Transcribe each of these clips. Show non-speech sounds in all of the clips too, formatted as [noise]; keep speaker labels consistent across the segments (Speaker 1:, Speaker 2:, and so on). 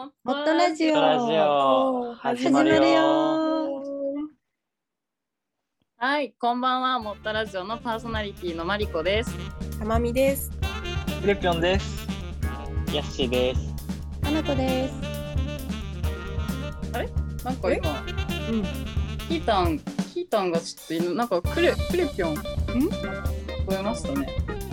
Speaker 1: ラジオ
Speaker 2: ラジオ始まるよ
Speaker 1: 始ま
Speaker 3: はい、こんばんは、もったラジオのパーソナリティのマリコです。
Speaker 4: たまみです。
Speaker 2: ふるぴょんです。やっしーです。
Speaker 1: 花子です
Speaker 3: なんか今、
Speaker 4: うん。
Speaker 3: キータン、キータンがちょっと今、なんかクレ、クレピョン。ん。聞こえましたね。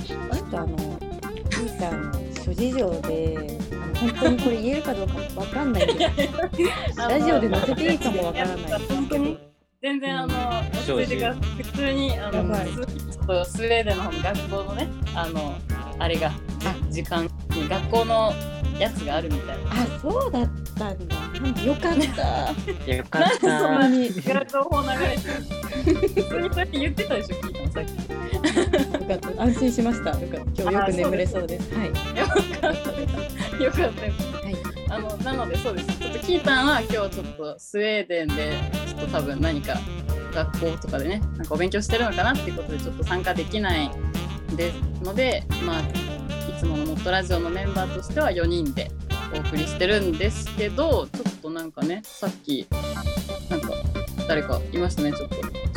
Speaker 1: ちょっとあの兄さんの諸事情であの本当にこれ言えるかどうかわかんないけどラジオで載せていいかもわからない
Speaker 3: 本当に。全然あの、落ち着いてください普通に、あ
Speaker 4: や
Speaker 3: の、
Speaker 4: ばい
Speaker 3: 普通にちょっとスウェーデンの方の学校のね、あの、あれが。時間に学校のやつがあるみ
Speaker 1: [laughs]
Speaker 3: たいな。
Speaker 1: あそうだったんだよかった
Speaker 2: よかっ
Speaker 3: そん
Speaker 2: た
Speaker 3: な。
Speaker 1: に
Speaker 3: 情報流れてる。普通にそうやって言ってたでしょ、キータンさっき。
Speaker 1: よかった安心しましたよかった今日よく眠れそうですは
Speaker 3: [laughs]
Speaker 1: い
Speaker 3: よかったよ
Speaker 1: い
Speaker 3: あのなのでそうですちょっとキータンは今日ちょっとスウェーデンでちょっと多分何か学校とかでねなんかお勉強してるのかなっていうことでちょっと参加できないですのでまあいつものモットラジオのメンバーとしては4人でお送りしてるんですけどちょっとなんかねさっきなんか誰かいましたねちょっと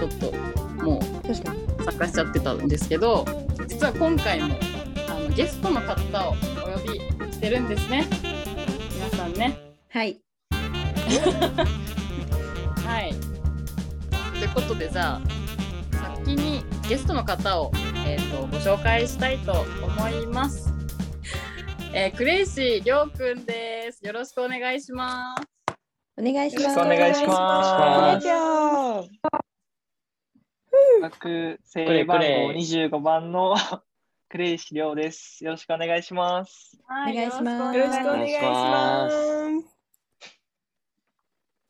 Speaker 3: ちょっともう
Speaker 1: 確かに
Speaker 3: 参加しちゃってたんですけど実は今回もあのゲストの方をお呼びしてるんですね皆さんね
Speaker 1: はい
Speaker 3: はいということでじゃあ先にゲストの方を、えー、とご紹介したいと思います、えークレイシーりょうくんですよろしくお願いします
Speaker 1: お願いします
Speaker 2: よろしくお願いしま
Speaker 4: ラ
Speaker 2: す
Speaker 4: ジオ。
Speaker 5: 学生番号二十五番の [laughs] クレイシリョウです。よろしくお願いします。
Speaker 3: は
Speaker 1: お願いします
Speaker 4: よろしくお願いします。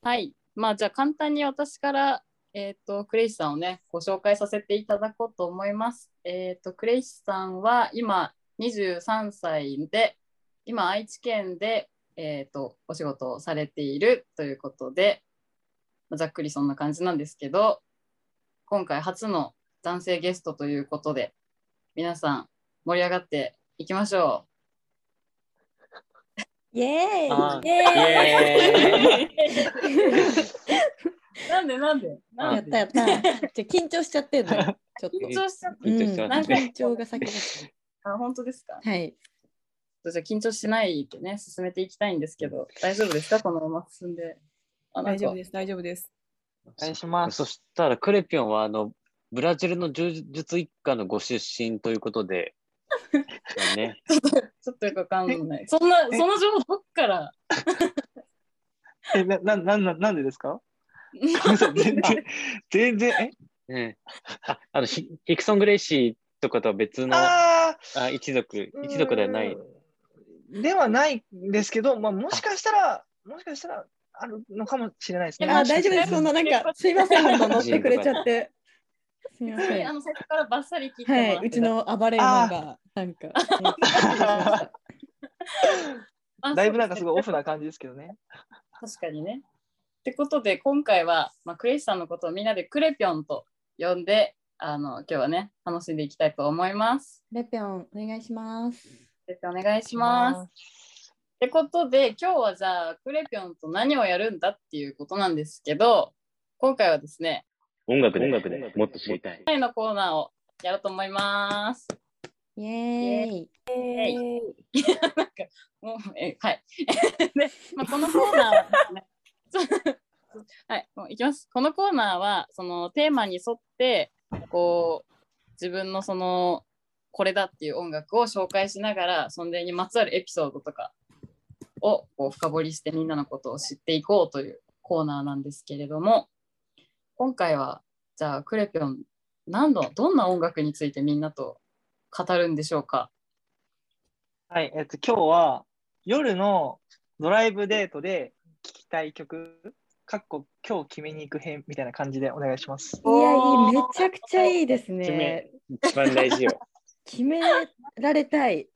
Speaker 3: はい。まあじゃあ簡単に私から、えー、とクレイシさんをねご紹介させていただこうと思います。えー、とクレイシさんは今23歳で今愛知県で、えー、とお仕事をされているということでまあざっくりそんな感じなんですけど今回初の男性ゲストということで皆さん盛り上がっていきましょ
Speaker 1: イエ
Speaker 2: あ
Speaker 1: ーイ
Speaker 2: イエーイ
Speaker 3: う。なんでなんで
Speaker 1: やったやったじゃあ緊張しちゃってんのちょっと
Speaker 3: 緊張しちゃった。
Speaker 2: 緊張して
Speaker 1: うん
Speaker 2: ますね
Speaker 1: 緊張が先です
Speaker 3: あ本当ですか
Speaker 1: はい
Speaker 3: じゃあ緊張しないでね進めていきたいんですけど大丈夫ですかこのまま進んで。あなんか
Speaker 4: 大丈夫です。大丈夫です。
Speaker 5: お願いします
Speaker 2: そ。したらクレピョンはあのブラジルの柔術一家のご出身ということ [laughs] で。ね、
Speaker 3: ちょっとよくわかんない。そんなそ
Speaker 5: え
Speaker 3: の情報どっから
Speaker 5: え、な、な、な、ななんでです [laughs] か。ごめんなさい全然、全然、え、
Speaker 2: ねああのヒヒクソン・グレイシーとかとは別のあ
Speaker 5: あ
Speaker 2: 一族
Speaker 5: ー
Speaker 2: 一族ではな。いう
Speaker 5: ーんではないんですけど、まあ、もしかしたら、もしかしたら、あるのかもしれないですね。
Speaker 1: あ大丈夫です。そんななんかすいません、なんか乗ってくれちゃって。すみませ
Speaker 3: あ
Speaker 1: ん。
Speaker 3: の最初からバッサリ聞いても
Speaker 1: は
Speaker 3: ら
Speaker 1: い
Speaker 3: っ、て
Speaker 1: うちの暴れ馬がなんか。
Speaker 3: あ
Speaker 5: だいぶなんかす
Speaker 3: そう
Speaker 5: ごいオフな感じですけどね。
Speaker 3: 確かにね。ってことで今回は、まあ、クレイシさんのことをみんなでクレピョンと呼んであの今日はね楽しんでいきたいと思います。
Speaker 1: レピョンお願いします。
Speaker 3: 先生お願いします。ってことで今日はじゃあクレピョンと何をやるんだっていうことなんですけど今回はですね
Speaker 2: 音楽で音楽でもっと知りたい。
Speaker 3: 今回のコーナーをやろうと思います。
Speaker 1: イエーイ。
Speaker 3: なんかもうえはい。 [laughs] で、まあ、このコーナーはですねはい、もういきます。このコーナーはそのテーマに沿ってこう自分のそのこれだっていう音楽を紹介しながらそれにまつわるエピソードとかをこう深掘りしてみんなのことを知っていこうというコーナーなんですけれども今回はじゃあクレピョン何のどんな音楽についてみんなと語るんでしょうか
Speaker 5: はい、えっと、今日は夜のドライブデートで聴きたい曲、かっこ今日決めに行く編みたいな感じでお願いし
Speaker 1: [laughs]
Speaker 5: ます。
Speaker 1: いやいいめちゃくちゃいいですね。
Speaker 2: 一番大事よ。
Speaker 1: 決められたい。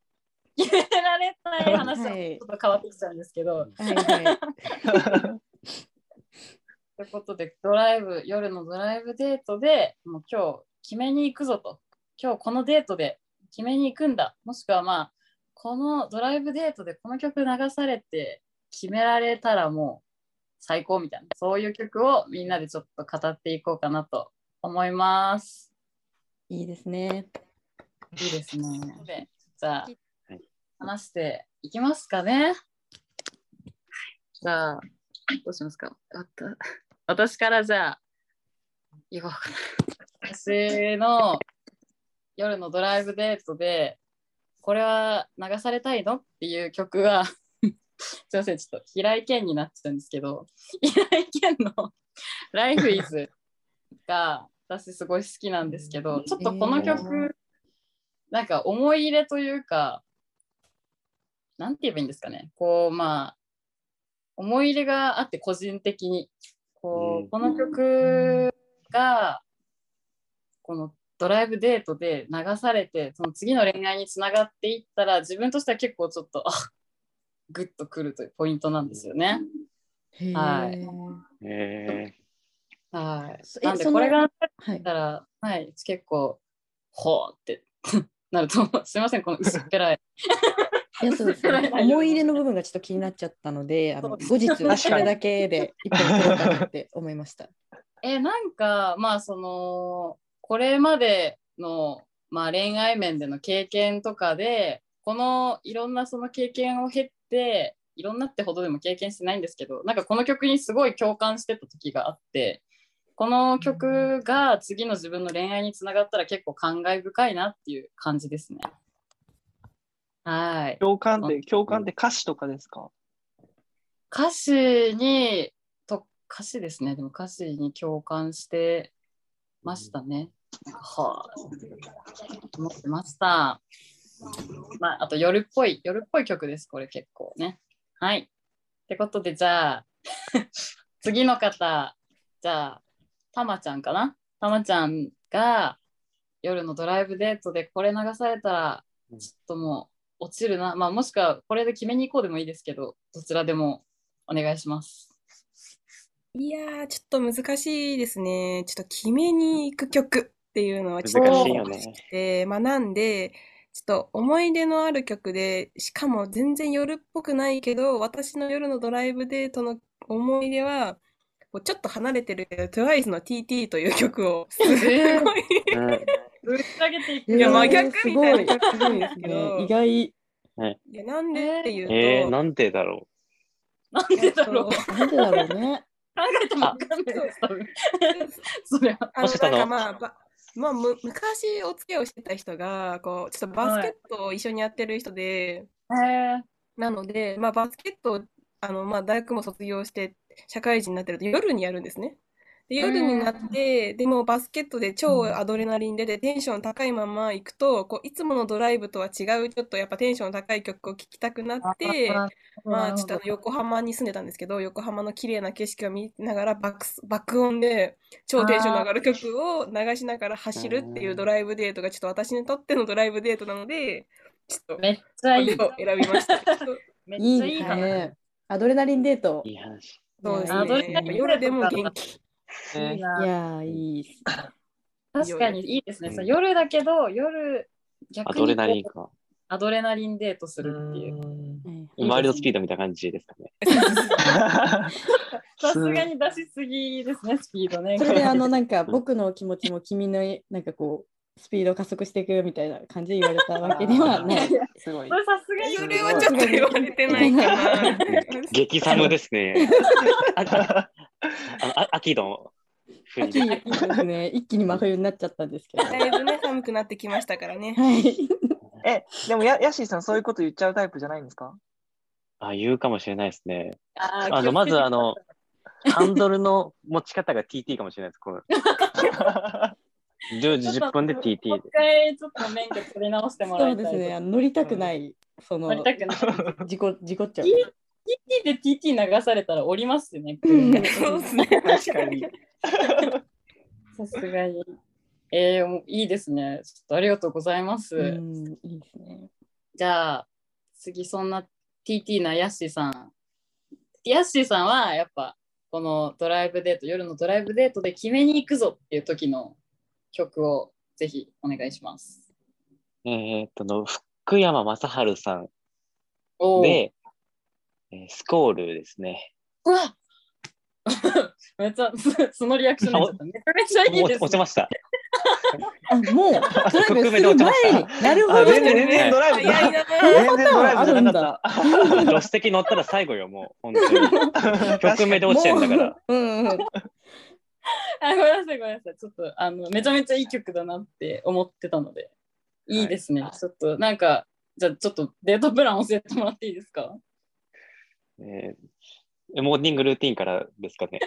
Speaker 3: 決められたい話は
Speaker 1: は
Speaker 3: ち
Speaker 1: い
Speaker 3: ょっと変わってきちゃうんですけど、
Speaker 1: はいはい。
Speaker 3: ということでドライブ夜のドライブデートでもう今日決めに行くぞと今日このデートで決めに行くんだもしくはまあこのドライブデートでこの曲流されて決められたらもう最高みたいな、そういう曲をみんなでちょっと語っていこうかなと思います。
Speaker 1: いいですね。
Speaker 3: いいですね。で [laughs] じゃあ
Speaker 2: はい、
Speaker 3: 話していきますかね。じゃあ、どうしますかわた私からじゃあ、行こうかな。私の夜のドライブデートで、これは流されたいのっていう曲は、 [laughs] すいません、ちょっと平井堅になってたんですけど、平井堅の Life is が私すごい好きなんですけど、ちょっとこの曲、なんか思い入れというか、なんて言えばいいんですかね、こうまあ、思い入れがあって個人的に、こ
Speaker 2: うん
Speaker 3: うこの曲が、このドライブデートで流されて、その次の恋愛につながっていったら、自分としては結構ちょっと、あグッとくるというポイントなんですよね。
Speaker 1: へー
Speaker 3: はい
Speaker 2: え
Speaker 3: はい。
Speaker 1: え
Speaker 3: なんで
Speaker 1: その
Speaker 3: これが
Speaker 1: はい。
Speaker 3: だから、はい、結構、ほうって [laughs] なると思う。すいません、この薄っぺらい。 [laughs]
Speaker 1: いやそうです思い入れの部分がちょっと気になっちゃったので、あの後日それだけで一本取ろうかなって思いました。
Speaker 3: え、なんか、まあ、その、これまでの、まあ、恋愛面での経験とかで、このいろんなその経験を経て、いろんなってほどでも経験してないんですけど、なんかこの曲にすごい共感してた時があって、この曲が次の自分の恋愛につながったら結構感慨深いなっていう感じですね。はい。
Speaker 5: 共感って、共感って歌詞とかですか
Speaker 3: 歌詞にと歌詞ですねでも歌詞に共感してましたね。はあ思ってました。まあ、あと夜っぽい夜っぽい曲ですこれ結構ね。はい。ってことでじゃあ [laughs] 次の方じゃあたまちゃんかなたまちゃんが夜のドライブデートでこれ流されたらちょっともう落ちるな、まあ、もしくはこれで決めに行こうでもいいですけどどちらでもお願いします。
Speaker 4: いやー、ちょっと難しいですね。ちょっと決めに行く曲っていうのはちょっと
Speaker 2: 難しいよね。
Speaker 4: で、まあ、なんで、ちょっと思い出のある曲で、しかも全然夜っぽくないけど、私の夜のドライブデートの思い出は、こうちょっと離れてるけど、TWICE の TT という曲を、すごい、
Speaker 3: えー
Speaker 2: うん
Speaker 3: ぶっちゃけていく
Speaker 1: い
Speaker 4: いや、真
Speaker 1: え
Speaker 4: 逆
Speaker 1: ーす
Speaker 4: み
Speaker 1: ご
Speaker 4: た
Speaker 1: い
Speaker 4: いな曲なんですけど、
Speaker 1: ね、意外。
Speaker 4: [laughs] いや、なんでっていうと、
Speaker 2: えー、なんでだろ
Speaker 3: なんでだろう。考
Speaker 1: なんでだろう [laughs] ね。
Speaker 3: えてもわかんないです。多分それは。
Speaker 4: あ
Speaker 2: もしか
Speaker 4: の、
Speaker 2: の
Speaker 4: なんかまあ、ばまあ、む昔お付き合いをしてた人が、こう、ちょっとバスケットを一緒にやってる人で、
Speaker 3: え
Speaker 4: なので、まあ、バスケットをあの、まあ、大学も卒業して社会人になってると夜にやるんですね。で夜になって、でもうバスケットで超アドレナリン出てテンション高いまま行くと、こういつものドライブとは違うちょっとやっぱテンション高い曲を聴きたくなって、まあちょっとあの横浜に住んでたんですけど、横浜の綺麗な景色を見ながら爆す、爆音で超テンションの上がる曲を流しながら走るっていうドライブデートがちょっと私にとってのドライブデートなので、ちょっと
Speaker 3: めっちゃいい。
Speaker 4: これを選びました。
Speaker 3: めっ
Speaker 1: いい
Speaker 3: ちゃ
Speaker 1: で
Speaker 3: いい
Speaker 1: す
Speaker 3: 話。
Speaker 1: ね。アドレナリンデート
Speaker 2: う。。いい話。
Speaker 4: そうです
Speaker 3: アドレ
Speaker 4: ね。
Speaker 3: ナリ
Speaker 4: やっ
Speaker 3: ン
Speaker 4: ぱ夜でも元気。
Speaker 3: いい
Speaker 5: ね
Speaker 1: い
Speaker 3: な
Speaker 1: やー、いいっす。
Speaker 3: 確かにいいですね。
Speaker 2: うん
Speaker 3: そう夜だけど夜逆
Speaker 2: ア
Speaker 3: に
Speaker 2: ドレナリン
Speaker 3: こう
Speaker 2: か。
Speaker 3: アドレナリンデートす
Speaker 5: う
Speaker 3: るっていう。
Speaker 5: ん
Speaker 1: うん
Speaker 3: いいですね
Speaker 2: ワイルドスピードみたいな感じですかね。
Speaker 3: さすがに出しすぎですねスピードね。
Speaker 1: それであのなんか僕の気持ちも君のなんかこうスピード加速していくみたいな感じで言われたわけでは [laughs] ない。
Speaker 5: すごい
Speaker 3: そ。れさすがに
Speaker 4: それはちょっと言われてないかな。
Speaker 2: 激寒ですね。 [laughs] あああ秋の冬
Speaker 1: 秋ですね。 [laughs] 一気に真冬になっちゃったんですけど。
Speaker 4: だいぶね、寒くなってきましたからね。
Speaker 1: はい。
Speaker 5: [laughs] え、でもや、やしーさん、そういうこと言っちゃうタイプじゃないんですか
Speaker 2: あ言うかもしれないですね。
Speaker 3: あー
Speaker 2: あのまずあのハンドルの持ち方が TT かもしれないです。この10時10分で TT
Speaker 3: もう
Speaker 2: で
Speaker 3: 一。回ちょっと免許取り直してもら
Speaker 1: そう
Speaker 3: いたい
Speaker 1: ですね。あの乗りたくない。その
Speaker 3: 乗りたくない。
Speaker 1: 事故事故っちゃう。
Speaker 3: TT で TT 流されたら降りますよね。
Speaker 1: うん
Speaker 4: そうですね。
Speaker 5: 確かに。
Speaker 3: さすがに。えー、もういいですね。ちょっとありがとうございます。
Speaker 1: うん、いいですね。
Speaker 3: じゃあ、次、そんな TT なヤッシーさん。ヤッシーさんは、やっぱ、このドライブデート、夜のドライブデートで決めに行くぞっていう時の曲をぜひお願いします。
Speaker 2: えーっとあの福山雅治さん
Speaker 3: おー
Speaker 2: でえースコールですね。
Speaker 3: うわ [laughs] めっちゃ、 [laughs] そそのリアクションになっちゃっためちゃめちゃいいです、ね。
Speaker 2: お落ちました。 [laughs]
Speaker 1: あもうドライブする前になるほ
Speaker 5: あ、
Speaker 1: ど
Speaker 5: 全然、全然ドライブじゃ
Speaker 4: 早いな
Speaker 1: ー
Speaker 5: [laughs] 全然ドライブじゃなかっ
Speaker 2: 助手席乗ったら最後よ、もう。本
Speaker 3: [laughs]
Speaker 2: 当
Speaker 5: た。
Speaker 2: に。曲名で落ちてんだから。
Speaker 1: うんうん
Speaker 3: [laughs] あ、ごめんなさい、ごめんなさい。ちょっと、あの、めちゃめちゃいい曲だなって思ってたので、いいですね。ちょっと、なんか、じゃあ、ちょっとデートプラン教えてもらっていいですか
Speaker 2: えーモーニングルーティンからですかね。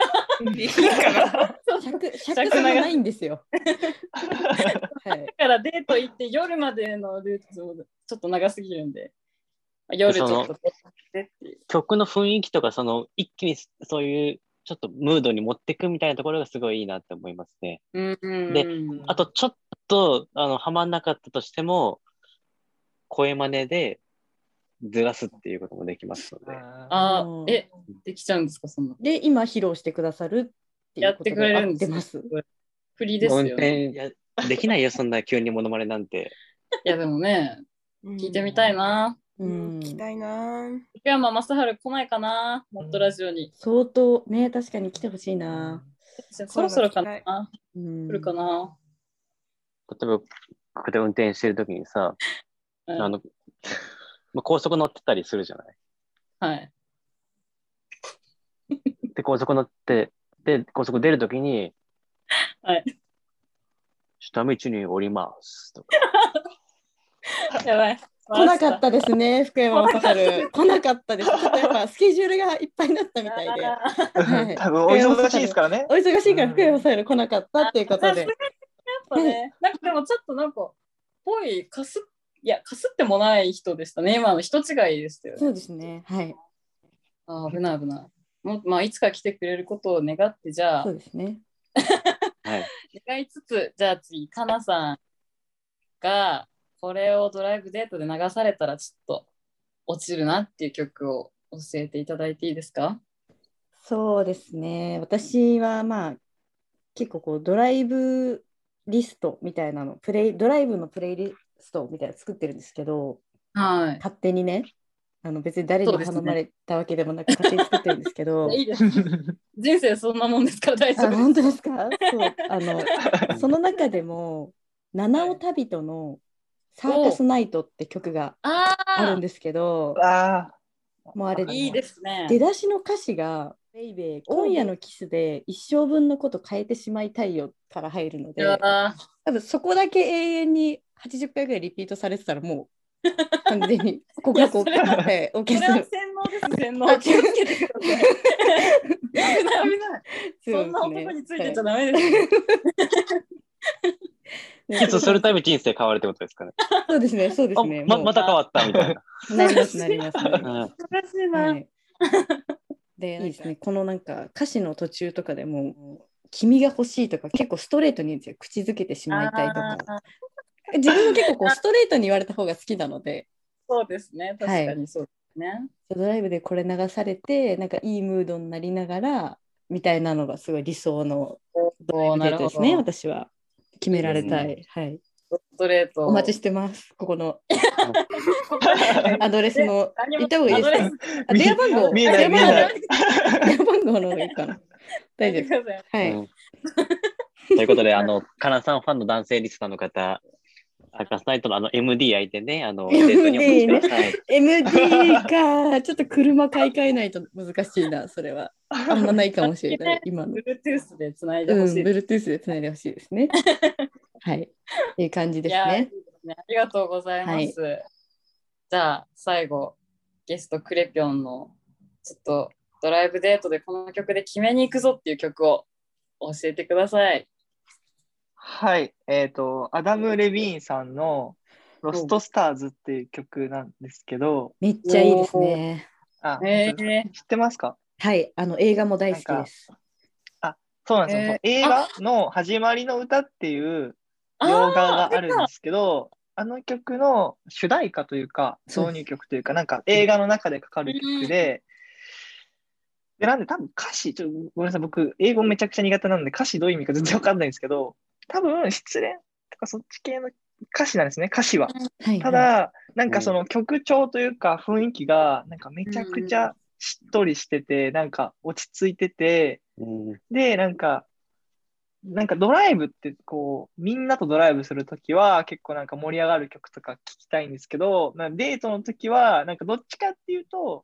Speaker 4: いいか
Speaker 3: [laughs]
Speaker 4: な。
Speaker 1: 100 100差がないんですよ。はい、
Speaker 3: だからデート行って夜までのルートちょっと長すぎるんで、夜ちょっと撮ってっていう。
Speaker 2: 曲の雰囲気とか、その、一気にそういう、ちょっとムードに持ってくみたいなところがすごいいいなって思いますね。
Speaker 3: うんうん
Speaker 2: で
Speaker 3: うん
Speaker 2: あと、ちょっと、あの、はまんなかったとしても、声真似でずらすっていうこともできますので。
Speaker 3: あ
Speaker 1: う
Speaker 3: ー、
Speaker 1: ん
Speaker 3: え、できちゃうんですか、そんな。
Speaker 1: で今披露してくださるっていうこと
Speaker 3: やってくれるんです
Speaker 1: で合ってます。
Speaker 3: フリーです
Speaker 2: 運
Speaker 3: よ、ね。
Speaker 2: 転いやできないよ、そんな急にモノマネなんて。
Speaker 3: いや、でもね、聞いてみたいな。
Speaker 1: う
Speaker 4: う
Speaker 1: ん
Speaker 4: ん。行きたいな。
Speaker 3: 福山雅治来ないかな、もっとラジオに。
Speaker 1: 相当ね確かに来てほしいな。
Speaker 3: そろそろか
Speaker 4: 声が聞き
Speaker 3: な、
Speaker 1: うん
Speaker 3: 来るかな。
Speaker 2: 例えば、ここで運転してるときにさ、
Speaker 3: うん
Speaker 2: あの、まあ、高速乗ってたりするじゃない。
Speaker 3: はい。
Speaker 2: で、高速乗って、で、高速出るときに、
Speaker 3: はい。
Speaker 2: 下道に降ります。とか。
Speaker 3: やばい。
Speaker 1: 来なかったですね福山雅治来なかったです。ちょっとや
Speaker 3: [laughs]
Speaker 1: っぱスケジュールがいっぱいになったみたいで。
Speaker 3: あー
Speaker 1: はい
Speaker 5: [laughs] 多分お忙しいですからね
Speaker 1: お。忙しいから福山雅治来なかったっていうことで。
Speaker 3: やっぱね、なんかでもちょっとなんか、ぽい、かす、いや、かすってもない人でしたね。今の人違いでしたよね。
Speaker 1: そうですね。はい。
Speaker 3: あー危ない危ない。もうまあ、いつか来てくれることを願って、じゃあ
Speaker 1: そ、うですね。
Speaker 3: [laughs]
Speaker 2: はい。
Speaker 3: 願いつつ、じゃあ次、かなさんが、これをドライブデートで流されたら、ちょっと落ちるなっていう曲を教えていただいていいですか
Speaker 1: そうですね。私はまあ結構こうドライブリストみたいなのプレイドライブのプレイリストみたいなの作ってるんですけど。
Speaker 3: はい。
Speaker 1: 勝手にねあの別に誰
Speaker 3: そ
Speaker 1: に
Speaker 3: うですね
Speaker 1: 頼まれたわけでもなく勝手に作ってるんですけ
Speaker 3: [laughs]
Speaker 1: ど
Speaker 3: いいです。
Speaker 1: [laughs]
Speaker 3: 人生そんなもんですから大
Speaker 1: あ
Speaker 3: 丈夫です。
Speaker 1: 本当ですかそうあのその中でも「七尾旅人のサーカスナイト」って曲が
Speaker 3: あ
Speaker 1: ある
Speaker 3: あ
Speaker 1: んですけど
Speaker 5: あ
Speaker 1: もうあれ
Speaker 3: いいですね。
Speaker 1: 出だしの歌詞が「ベイベー今夜のキスで一生分のこと変えてしまいたいよ」から入るの
Speaker 3: い
Speaker 1: で
Speaker 3: やー
Speaker 1: 多分そこだけ永遠に80回ぐらいリピートされてたらも
Speaker 3: [laughs]
Speaker 1: う完全に告白を
Speaker 3: いやそれは
Speaker 1: はい OK
Speaker 3: これは
Speaker 1: す
Speaker 3: 洗脳です、洗脳。気をつけてく [laughs] ださい。危ない危ない。
Speaker 1: る。
Speaker 3: そんな男についてっちゃ
Speaker 1: は
Speaker 3: ダメですよ。
Speaker 1: い
Speaker 2: キスするたび人生変わるってことですかね。
Speaker 1: そうですね、そうで
Speaker 2: あ
Speaker 1: すね。
Speaker 2: ま
Speaker 1: もう
Speaker 2: また変わったみたい
Speaker 1: なります、なり
Speaker 3: [laughs]
Speaker 1: ます。なりま
Speaker 2: な。うん
Speaker 3: 難しい
Speaker 1: す
Speaker 3: な。
Speaker 1: はい。で、あれですね、このなんか歌詞の途中とかでも、君が欲しいとか、結構ストレートに言うんですよ口づけてしまいたいとか。
Speaker 3: あー
Speaker 1: 自分も結構こうストレートに言われた方が好きなので、
Speaker 3: そうですね。確かにそうですね。
Speaker 1: ドライブでこれ流されて、なんかいいムードになりながら、みたいなのがすごい理想の
Speaker 3: おー
Speaker 1: デ
Speaker 3: な
Speaker 1: ー
Speaker 3: る
Speaker 1: ト
Speaker 3: ほ
Speaker 1: です
Speaker 3: ど。
Speaker 1: ね、私は。決められた
Speaker 2: いい
Speaker 1: い。はい。
Speaker 3: ストレート。
Speaker 1: お待ちしてます。ここの
Speaker 3: て。
Speaker 1: アドレスの。
Speaker 3: 何も
Speaker 1: 行った方がいいです
Speaker 3: アドレ
Speaker 1: かあ電話番号。
Speaker 5: 見えない
Speaker 1: 電話番号
Speaker 5: 見えない
Speaker 1: 電話番号の方がいいかな。大丈夫
Speaker 3: スください
Speaker 1: は
Speaker 2: う
Speaker 1: い。
Speaker 2: んということで、あの、カナさんファンの男性リスナーの方、サーカスナイトのあの MD 相手ね、あの、デ
Speaker 1: MD
Speaker 2: ートにお越しください。
Speaker 1: MD か、ちょっと車買い替えないと難しいな、それは。あんまないかもしれない、今の。
Speaker 3: Bluetooth でつないで
Speaker 1: うん、
Speaker 3: ほしいです。
Speaker 1: Bluetooth でつないでほしいですね。はい。いう感じで
Speaker 3: い
Speaker 1: す
Speaker 3: やーいい
Speaker 1: ね
Speaker 3: で。すね。ありがとうございます。じゃあ最後ゲストクレピョンのちょっとドライブデートでこの曲で決めに行くぞっていう曲を教えてください。
Speaker 5: はい。えっ、と、アダム・レビーンさんのロスト・スターズっていう曲なんですけど、
Speaker 1: めっちゃいいですね。
Speaker 5: あ、
Speaker 3: え
Speaker 5: 知ってますか
Speaker 1: はい、あの映画も大好きです。
Speaker 5: そうなんですよ。
Speaker 3: えー
Speaker 5: 映画の始まりの歌っていう
Speaker 3: あー
Speaker 5: 洋画があるんですけど、あの曲の主題歌というか、
Speaker 1: そう
Speaker 5: 導入曲というか、なんか映画の中でかかる曲で、でなんで多分歌詞、ちょっとごめんなさい、僕、英語めちゃくちゃ苦手なんで、歌詞どういう意味か全然わかんないんですけど、多分失恋とかそっち系の歌詞なんですね、歌詞は。
Speaker 1: はい。
Speaker 5: ただ、なんかその曲調というか雰囲気が、なんかめちゃくちゃしっとりしてて、なんか落ち着いてて、
Speaker 2: うん
Speaker 5: で、なんか、なんかドライブってこう、みんなとドライブするときは結構なんか盛り上がる曲とか聞きたいんですけど、なんかデートのときはなんかどっちかっていうと、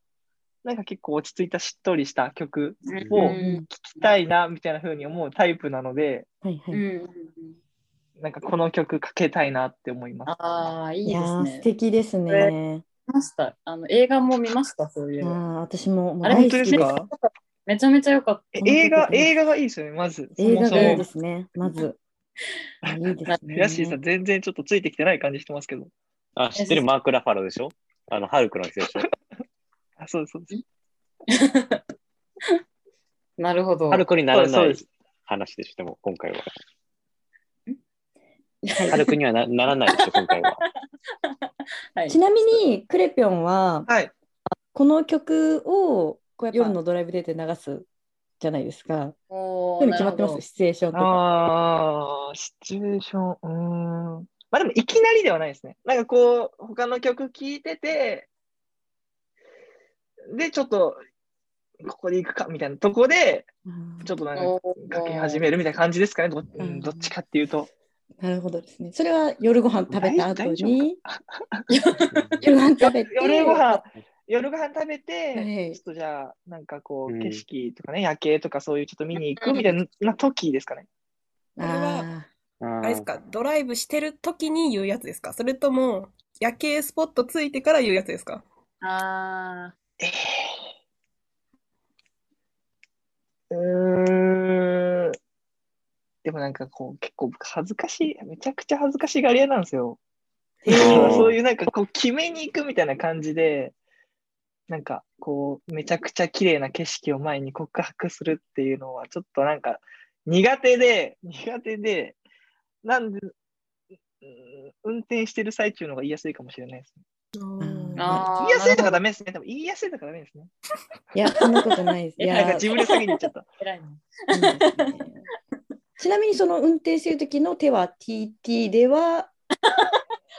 Speaker 5: なんか結構落ち着いたしっとりした曲を
Speaker 3: う
Speaker 5: 聴
Speaker 3: ん
Speaker 5: きたいなみたいな風に思うタイプなので、
Speaker 1: はいは
Speaker 3: う
Speaker 1: い。
Speaker 3: ん、
Speaker 5: なんかこの曲かけたいなって思います。
Speaker 3: ああ、いい
Speaker 1: い
Speaker 3: で
Speaker 1: や
Speaker 3: す
Speaker 1: ー
Speaker 3: ね
Speaker 1: 素。敵ですね。
Speaker 3: 見ました。あの映画も見ました、そうい
Speaker 1: あ
Speaker 3: う。
Speaker 1: ー私ももう
Speaker 3: あれ
Speaker 1: 大好き
Speaker 5: 本当ですか
Speaker 3: めちゃめちゃ良かっ
Speaker 5: え
Speaker 1: この曲
Speaker 5: 映画、
Speaker 1: です
Speaker 5: 映画がいいですよね、まず。そ
Speaker 1: 映
Speaker 5: も
Speaker 1: 画
Speaker 5: そ
Speaker 1: がいいで
Speaker 5: も。
Speaker 1: すね。まず。あいいです
Speaker 5: [laughs]
Speaker 1: ね。
Speaker 5: ヤッシーさん、全然ちょっとついてきてない感じしてますけど。
Speaker 2: あ、知ってるマーク・ラファローでしょあの、ハルクの人でしょ
Speaker 5: あ、そうです、そうです。
Speaker 3: た。 [laughs] なるほど。
Speaker 2: ハルクになら
Speaker 5: そ
Speaker 2: な
Speaker 5: うで
Speaker 2: い
Speaker 5: す
Speaker 2: 話でしても、今回は。
Speaker 1: はい
Speaker 2: ハルクにはなならないでしょ、今回は。
Speaker 3: はい
Speaker 1: ちなみに、クレピョンは、
Speaker 5: はい。
Speaker 1: この曲をこうやっぱ夜のドライブデートで流すじゃないですか。
Speaker 3: お
Speaker 1: そ
Speaker 3: ー
Speaker 1: ういうの決まってます、シチュエーションとか。
Speaker 5: ああ、シチュエーション、うーん。まあでも、いきなりではないですね。なんかこう、他の曲聴いてて、で、ちょっと、ここで行くかみたいなとこで、
Speaker 1: うん
Speaker 5: ちょっとな
Speaker 3: なんるほ
Speaker 5: か、
Speaker 3: ど
Speaker 5: かけ始めるみたいな感じですかね。ど,、う
Speaker 1: うん
Speaker 5: ん、どっちかっていうと。
Speaker 1: なるほどですね。それは夜ご飯食べた
Speaker 5: 大
Speaker 1: 後
Speaker 5: 大丈
Speaker 1: に、夜ご飯食べて、
Speaker 5: [laughs] 夜ご飯、夜ご飯食べて、
Speaker 1: はい
Speaker 5: ちょっとじゃあ、なんかこ
Speaker 2: う
Speaker 5: う、
Speaker 2: ん
Speaker 5: 景色とかね、夜景とかそういうちょっと見に行くみたいな時ですかね。
Speaker 1: あ
Speaker 4: あれですか、ドライブしてる時に言うやつですかそれとも、夜景スポットついてから言うやつですか
Speaker 3: あ
Speaker 5: うーん。でもなんかこう、結構恥ずかしい、めちゃくちゃ恥ずかしがり屋なんですよ。
Speaker 2: ー
Speaker 5: そういうなんかこう、決めに行くみたいな感じで、なんかこう、めちゃくちゃ綺麗な景色を前に告白するっていうのは、ちょっとなんか苦手で、苦手で、なんで、うん運転してる最中の方が言いやすいかもしれないですね。
Speaker 1: ん
Speaker 3: ーあー。
Speaker 5: 言いやすいとか
Speaker 3: な
Speaker 5: ダ
Speaker 3: る
Speaker 5: メですね。多分言いやすいとかダメですね。
Speaker 1: あ、いや、そんなこと
Speaker 5: [laughs]
Speaker 1: ないです。い
Speaker 5: な
Speaker 1: や
Speaker 5: んか自分で先に言っちゃった。
Speaker 3: ほど偉いな。
Speaker 1: いいですねちなみにその運転してる時の手は TT では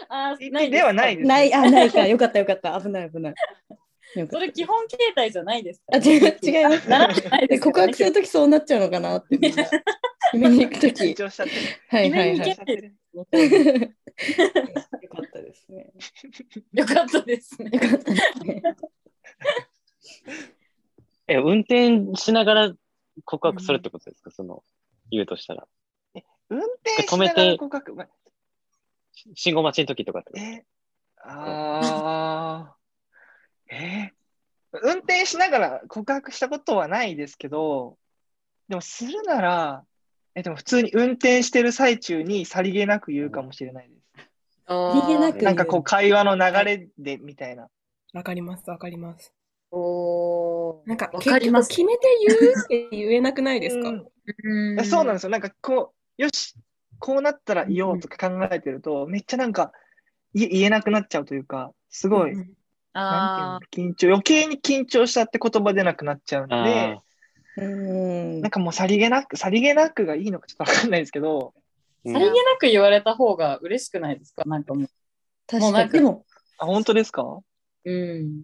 Speaker 3: あー
Speaker 5: 一品ではないです
Speaker 1: ない、あ、ないか、よかったよかった、危ない危ない。よか
Speaker 3: そ
Speaker 1: った
Speaker 3: れ基本形態じゃないです
Speaker 1: あ、
Speaker 3: か
Speaker 1: 違う、違います。
Speaker 3: ならないで
Speaker 1: です
Speaker 3: よ
Speaker 1: 告
Speaker 3: ね
Speaker 1: 白するときそうなっちゃうのかなって、みんな決めに行くと
Speaker 5: 緊
Speaker 1: き。
Speaker 5: 張しちゃってる。
Speaker 1: はいはい
Speaker 3: 決
Speaker 1: は
Speaker 3: め
Speaker 1: い
Speaker 3: に。行けって
Speaker 1: よかったですね。
Speaker 3: よかったですね
Speaker 1: よ。かったですね。
Speaker 2: え、運転しながら告白するってことですかその、言うとしたら。
Speaker 5: 運転しながら告白。ま
Speaker 2: し信号待ちの時とかって。
Speaker 5: えあー。え運転しながら告白したことはないですけど、でもするなら、え、でも普通に運転してる最中にさりげなく言うかもしれないで
Speaker 1: 逃げな
Speaker 5: す。
Speaker 1: く
Speaker 5: なんかこう会話の流れでみたいな。
Speaker 4: わかります、わかります。
Speaker 3: おー
Speaker 4: なんか、
Speaker 3: わ
Speaker 4: 結
Speaker 3: かりま
Speaker 4: 局
Speaker 3: す
Speaker 4: 決めて言うって言えなくないですか
Speaker 5: うんえそうなんですよ。なんかこう、よし、こうなったら言おうとか考えてると、めっちゃなんかい言えなくなっちゃうというか、すごい、
Speaker 4: うん
Speaker 5: な
Speaker 3: あ
Speaker 5: んていうの緊張、余計に緊張したって言葉出なくなっちゃうん
Speaker 2: あ
Speaker 5: で、
Speaker 1: うーん
Speaker 5: なん。かもうさりげなく、さりげなくがいいのかちょっとわかんないですけど、
Speaker 2: ー
Speaker 3: ーさりげなく言われた方が嬉しくないですかなんかもも
Speaker 1: 確
Speaker 3: うなん
Speaker 1: かに。
Speaker 3: か
Speaker 1: でも、
Speaker 5: あ、本当ですか
Speaker 3: う。うん。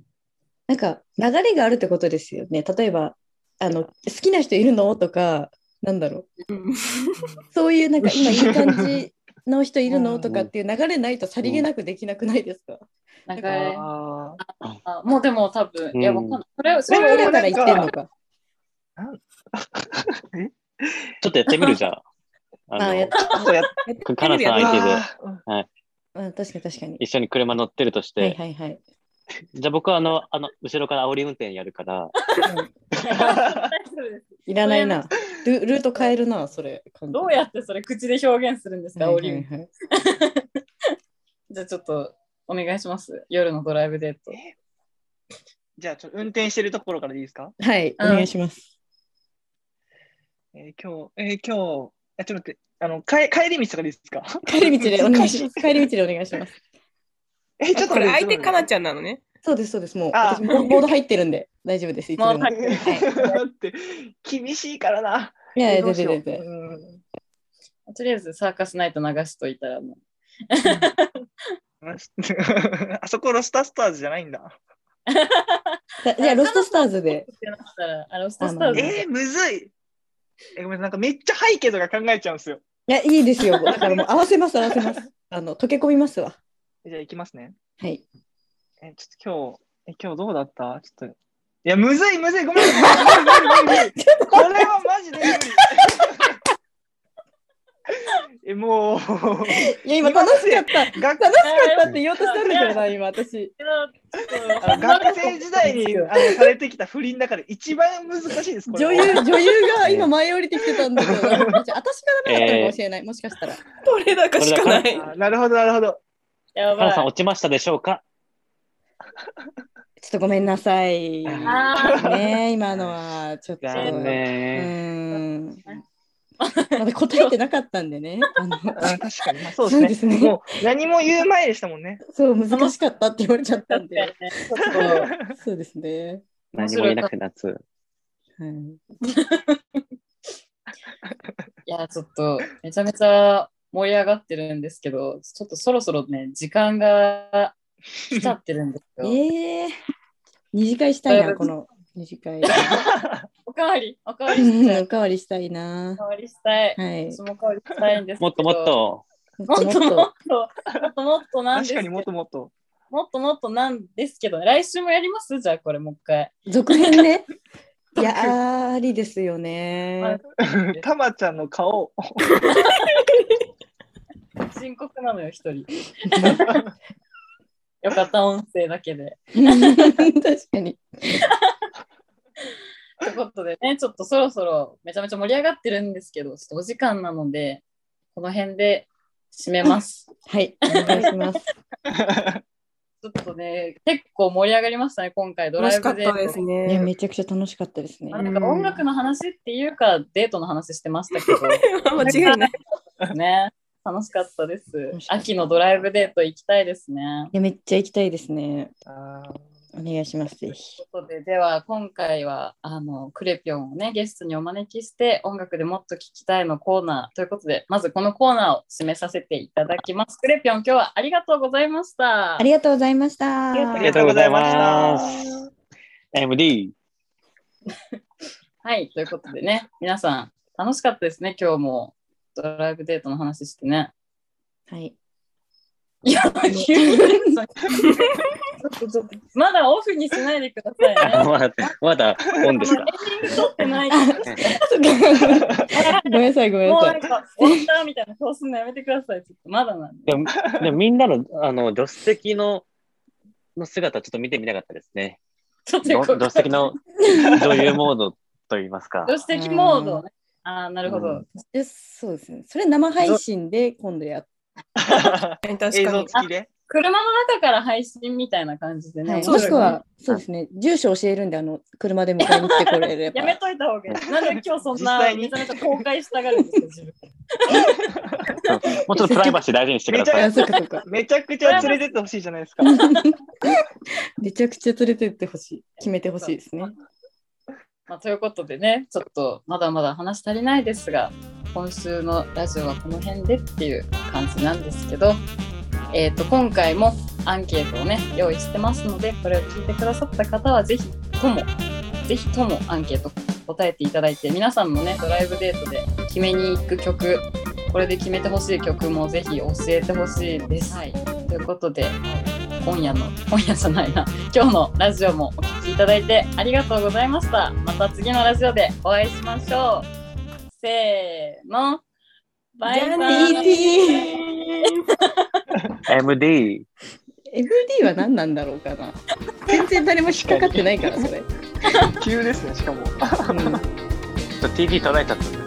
Speaker 1: なんか流れがあるってことですよね。例えば、あの、好きな人いるのとか、なんだろう。
Speaker 4: うん
Speaker 1: そういうなんか今いい感じの人いるのとかっていう流れないとさりげなくできなくないですか
Speaker 3: なんか、
Speaker 5: あ
Speaker 3: あもうでも多分、いや、わかんない。それ、そ
Speaker 1: そう
Speaker 3: れ
Speaker 1: いう
Speaker 3: は
Speaker 1: 意味
Speaker 5: で
Speaker 1: だから言
Speaker 5: も
Speaker 1: ってんのか。
Speaker 2: ちょっとやってみるじゃあ。あ
Speaker 1: あ
Speaker 2: の
Speaker 1: やっ
Speaker 5: ーそうやっ
Speaker 2: カナさん
Speaker 5: た
Speaker 2: 相手で
Speaker 5: うん
Speaker 1: うん確かに確かに。
Speaker 2: 一緒に車乗ってるとし
Speaker 1: はい
Speaker 2: て、
Speaker 1: はいはい。
Speaker 2: じゃあ僕はあの、あの、後ろから煽り運転やるから、
Speaker 1: うんいらないな。ルルート変えるな、それ。
Speaker 3: どうやってそれ口で表現するんですか、オリ
Speaker 1: はい
Speaker 3: ン
Speaker 1: はいはい
Speaker 3: じゃあちょっとお願いします。夜のドライブデート。
Speaker 5: じゃあちょっと運転してるところからでいいですか
Speaker 1: はい、お
Speaker 3: うん
Speaker 1: 願いします。
Speaker 5: えー今日、えー今日、あちょっと待って、あの、帰帰り道とかでいいですか
Speaker 1: 帰り道でお願いします。 [laughs] 帰り道でお願いします。
Speaker 5: [laughs] えーちょっと
Speaker 4: こ
Speaker 5: 待
Speaker 4: れ
Speaker 5: って
Speaker 4: 相手
Speaker 5: ちょっと待って
Speaker 4: かなちゃんなのね。
Speaker 1: そうです、そうです。もう、
Speaker 5: あ
Speaker 1: 私、ボボード入ってるんで、大丈夫です。いつで
Speaker 3: もう
Speaker 1: も。
Speaker 3: 入
Speaker 1: い
Speaker 3: ってる
Speaker 5: [laughs] だって、厳しいからな。
Speaker 1: やいや、
Speaker 5: どう
Speaker 1: 全然
Speaker 5: しよう
Speaker 1: 全然。
Speaker 5: うん
Speaker 3: とりあえずサーカスナイト流しといたらもう。
Speaker 5: あそこロスタースターズじゃないんだ。
Speaker 1: じゃじゃあ、ロストスターズで。
Speaker 3: ってなったら、あロストスターズ。
Speaker 5: えー、むずいえごめんなんかめっちゃ背景とか考えちゃうんですよ。
Speaker 1: いや、いいですよ。だからもう合わせます、合わせます。あの、溶け込みますわ。
Speaker 5: じゃあ行きますね。
Speaker 1: はい。
Speaker 5: え、ちょっと今日、え、今日どうだったちょっと。いや、むずい、むずい、ごめん、無理無理無理無理無理これはマジで無理。え、もう、
Speaker 1: いや、今楽しかった。
Speaker 5: 学
Speaker 1: 楽しかったって言おうとしたんだけどな、今、私。
Speaker 5: あの学生時代にあのされてきた不倫の中で一番難しいです、これ
Speaker 1: 女
Speaker 5: は
Speaker 1: 優、女優が今舞い降りてきてたんだけど、私がダメだったのかもしれない。もしかしたら。
Speaker 4: どれだかしかな
Speaker 2: ど
Speaker 4: い。
Speaker 5: あなるほど、なるほど。
Speaker 3: や
Speaker 2: カ
Speaker 3: ば
Speaker 2: ナさん
Speaker 3: い。
Speaker 2: 落ちましたでしょうか
Speaker 1: ちょっとごめんなさい。
Speaker 3: あ
Speaker 1: ね今のは、ちょっと。
Speaker 2: 残
Speaker 1: う
Speaker 2: 念。
Speaker 1: ーん。まだ答えてなかったんでね。あの
Speaker 5: あ確かに、まあそうです
Speaker 1: そ
Speaker 5: ね。
Speaker 1: うですね
Speaker 5: もう何も言う前でしたもん [laughs] ね。
Speaker 1: そう、難しかったって言われちゃったん
Speaker 3: 確かに [laughs]
Speaker 1: で。
Speaker 3: ねちょっと
Speaker 1: そうですね。
Speaker 3: 面
Speaker 2: 何
Speaker 3: 白
Speaker 2: も
Speaker 3: かった
Speaker 2: いなくなつ。
Speaker 1: はい
Speaker 3: いや、ちょっと、めちゃめちゃ盛り上がってるんですけど、ちょっとそろそろね、時間が来ちゃってるんですよ。
Speaker 1: ええ二次会したい
Speaker 3: だい
Speaker 1: な、
Speaker 3: ぶ
Speaker 1: この二次会。
Speaker 3: おかわり、おかわりしちゃ
Speaker 1: う
Speaker 3: う。
Speaker 1: んおかわりしたいな
Speaker 3: お。かわりしたい。
Speaker 1: はい。
Speaker 3: 私もおかわりしたいんですけど。
Speaker 2: もっともっ。と。
Speaker 1: も
Speaker 3: もっともっと、も
Speaker 1: と
Speaker 3: っともっとなんですけ
Speaker 5: 確か
Speaker 3: ど
Speaker 5: にもっともっと。
Speaker 3: もっともっとなんですけど、来週もやりますじゃあこれもう一回。
Speaker 1: 続編ね。いや、ありですよね。
Speaker 5: [laughs] たまちゃんの [laughs] 顔。
Speaker 3: 深刻なのよ、一人。よかった、音声だけで。
Speaker 1: 確かに。
Speaker 3: ということでね、ちょっとそろそろめちゃめちゃ盛り上がってるんですけど、ちょっとお時間なので、この辺で締め
Speaker 4: [laughs]
Speaker 3: ます。
Speaker 1: はい、お願いします。
Speaker 3: ちょっとね、結構盛り上がりましたね、今回ド
Speaker 4: 楽
Speaker 3: ラ
Speaker 4: し
Speaker 3: イ
Speaker 4: か
Speaker 3: ブ
Speaker 4: っ
Speaker 3: デ
Speaker 4: たで
Speaker 3: ー
Speaker 4: す
Speaker 3: ト。
Speaker 1: いや、
Speaker 4: ね。
Speaker 1: めちゃくちゃ楽しかったですね。
Speaker 3: なんか音楽の話っていうか、デートの話してましたけど、
Speaker 4: [laughs] 間違いない。
Speaker 3: ね、楽しかったです
Speaker 1: 楽し。かった
Speaker 3: 秋のドライブデート行きたいですね
Speaker 1: い。や、めっちゃ行きたいですね。
Speaker 5: あー
Speaker 1: お願いします、ぜひ。
Speaker 3: ということで、では今回はあのクレピョンをねゲストにお招きして音楽でもっと聞きたいのコーナーということで、まずこのコーナーを締めさせていただきます。クレピョン、今日はありがとうございました。
Speaker 1: ありがとうございました。
Speaker 5: あ
Speaker 2: あ
Speaker 5: り
Speaker 2: り
Speaker 5: が
Speaker 2: が
Speaker 5: と
Speaker 2: と
Speaker 5: う
Speaker 2: う
Speaker 5: ござ
Speaker 2: ござ
Speaker 5: い
Speaker 2: い
Speaker 5: ま
Speaker 2: ま
Speaker 5: し
Speaker 2: す。MD。
Speaker 3: はい、ということでね、皆さん楽しかったですね、今日もドライブデートの話してね。
Speaker 1: はい。 [laughs]
Speaker 3: いや、急にちょっとちょっとまだオフにしないでください
Speaker 2: あ
Speaker 3: ね。
Speaker 2: まだ、まだ、オンです
Speaker 3: エ
Speaker 2: か。
Speaker 3: ンディング撮ってない。
Speaker 1: ごめんなさい、ごめ
Speaker 3: [laughs]
Speaker 1: ん
Speaker 3: も
Speaker 1: な
Speaker 3: うな
Speaker 1: さ
Speaker 3: いん。か、終わったみたいな顔すんのやめてください。ちょっとまだなんで。
Speaker 2: でも、でもみんなの、あの、助手席の、の姿、ちょっと見てみたかったですね。
Speaker 3: ちょっと
Speaker 2: ど助手席の女優モードといいますか。
Speaker 3: 助手席モードね。ああ、なるほど。
Speaker 2: うん
Speaker 1: でそうですね。それ生配信で今度やっ
Speaker 4: 確か
Speaker 5: 映像
Speaker 4: に。
Speaker 5: 付きで。
Speaker 3: 車の中から配信みたいな感じでね。
Speaker 1: はい、
Speaker 3: 面
Speaker 1: も
Speaker 3: 白
Speaker 1: し
Speaker 3: い
Speaker 1: くは、そうですね、住所教えるんで、あの、車で迎えに来てこれれ [laughs] ば。
Speaker 3: やめといた方がいい。なんで今日そん
Speaker 5: 実
Speaker 3: な
Speaker 5: 際に
Speaker 3: めちゃめちゃ公開したがるんですか、自分。
Speaker 2: もうちょっとプライバシー大事にしてくださ
Speaker 5: め
Speaker 1: あ、
Speaker 2: い。
Speaker 1: そうかそうか。
Speaker 5: めちゃくちゃ連れてってほしいじゃないですか。
Speaker 1: めちゃくちゃ連れてってほしい。決めてほしいですね。
Speaker 3: まあ、ということでね、ちょっとまだまだ話足りないですが、今週のラジオはこの辺でっていう感じなんですけど、えー、と今回もアンケートをね、用意してますので、これを聞いてくださった方は、ぜひとも、ぜひともアンケート答えていただいて、皆さんもね、ドライブデートで決めに行く曲、これで決めてほしい曲もぜひ教えてほしいです。はい、ということで、今夜の今夜じゃないな今日のラジオもお聞きいただいてありがとうございましたまた次のラジオでお会いしましょうせーのバイバイ
Speaker 1: DT、
Speaker 2: MD。
Speaker 1: FD は何なんだろうかな。全然誰も引っかかってないから、それ。
Speaker 5: 急ですね、しかも。
Speaker 1: うん
Speaker 2: ちょっと TV 捉えちゃったんで。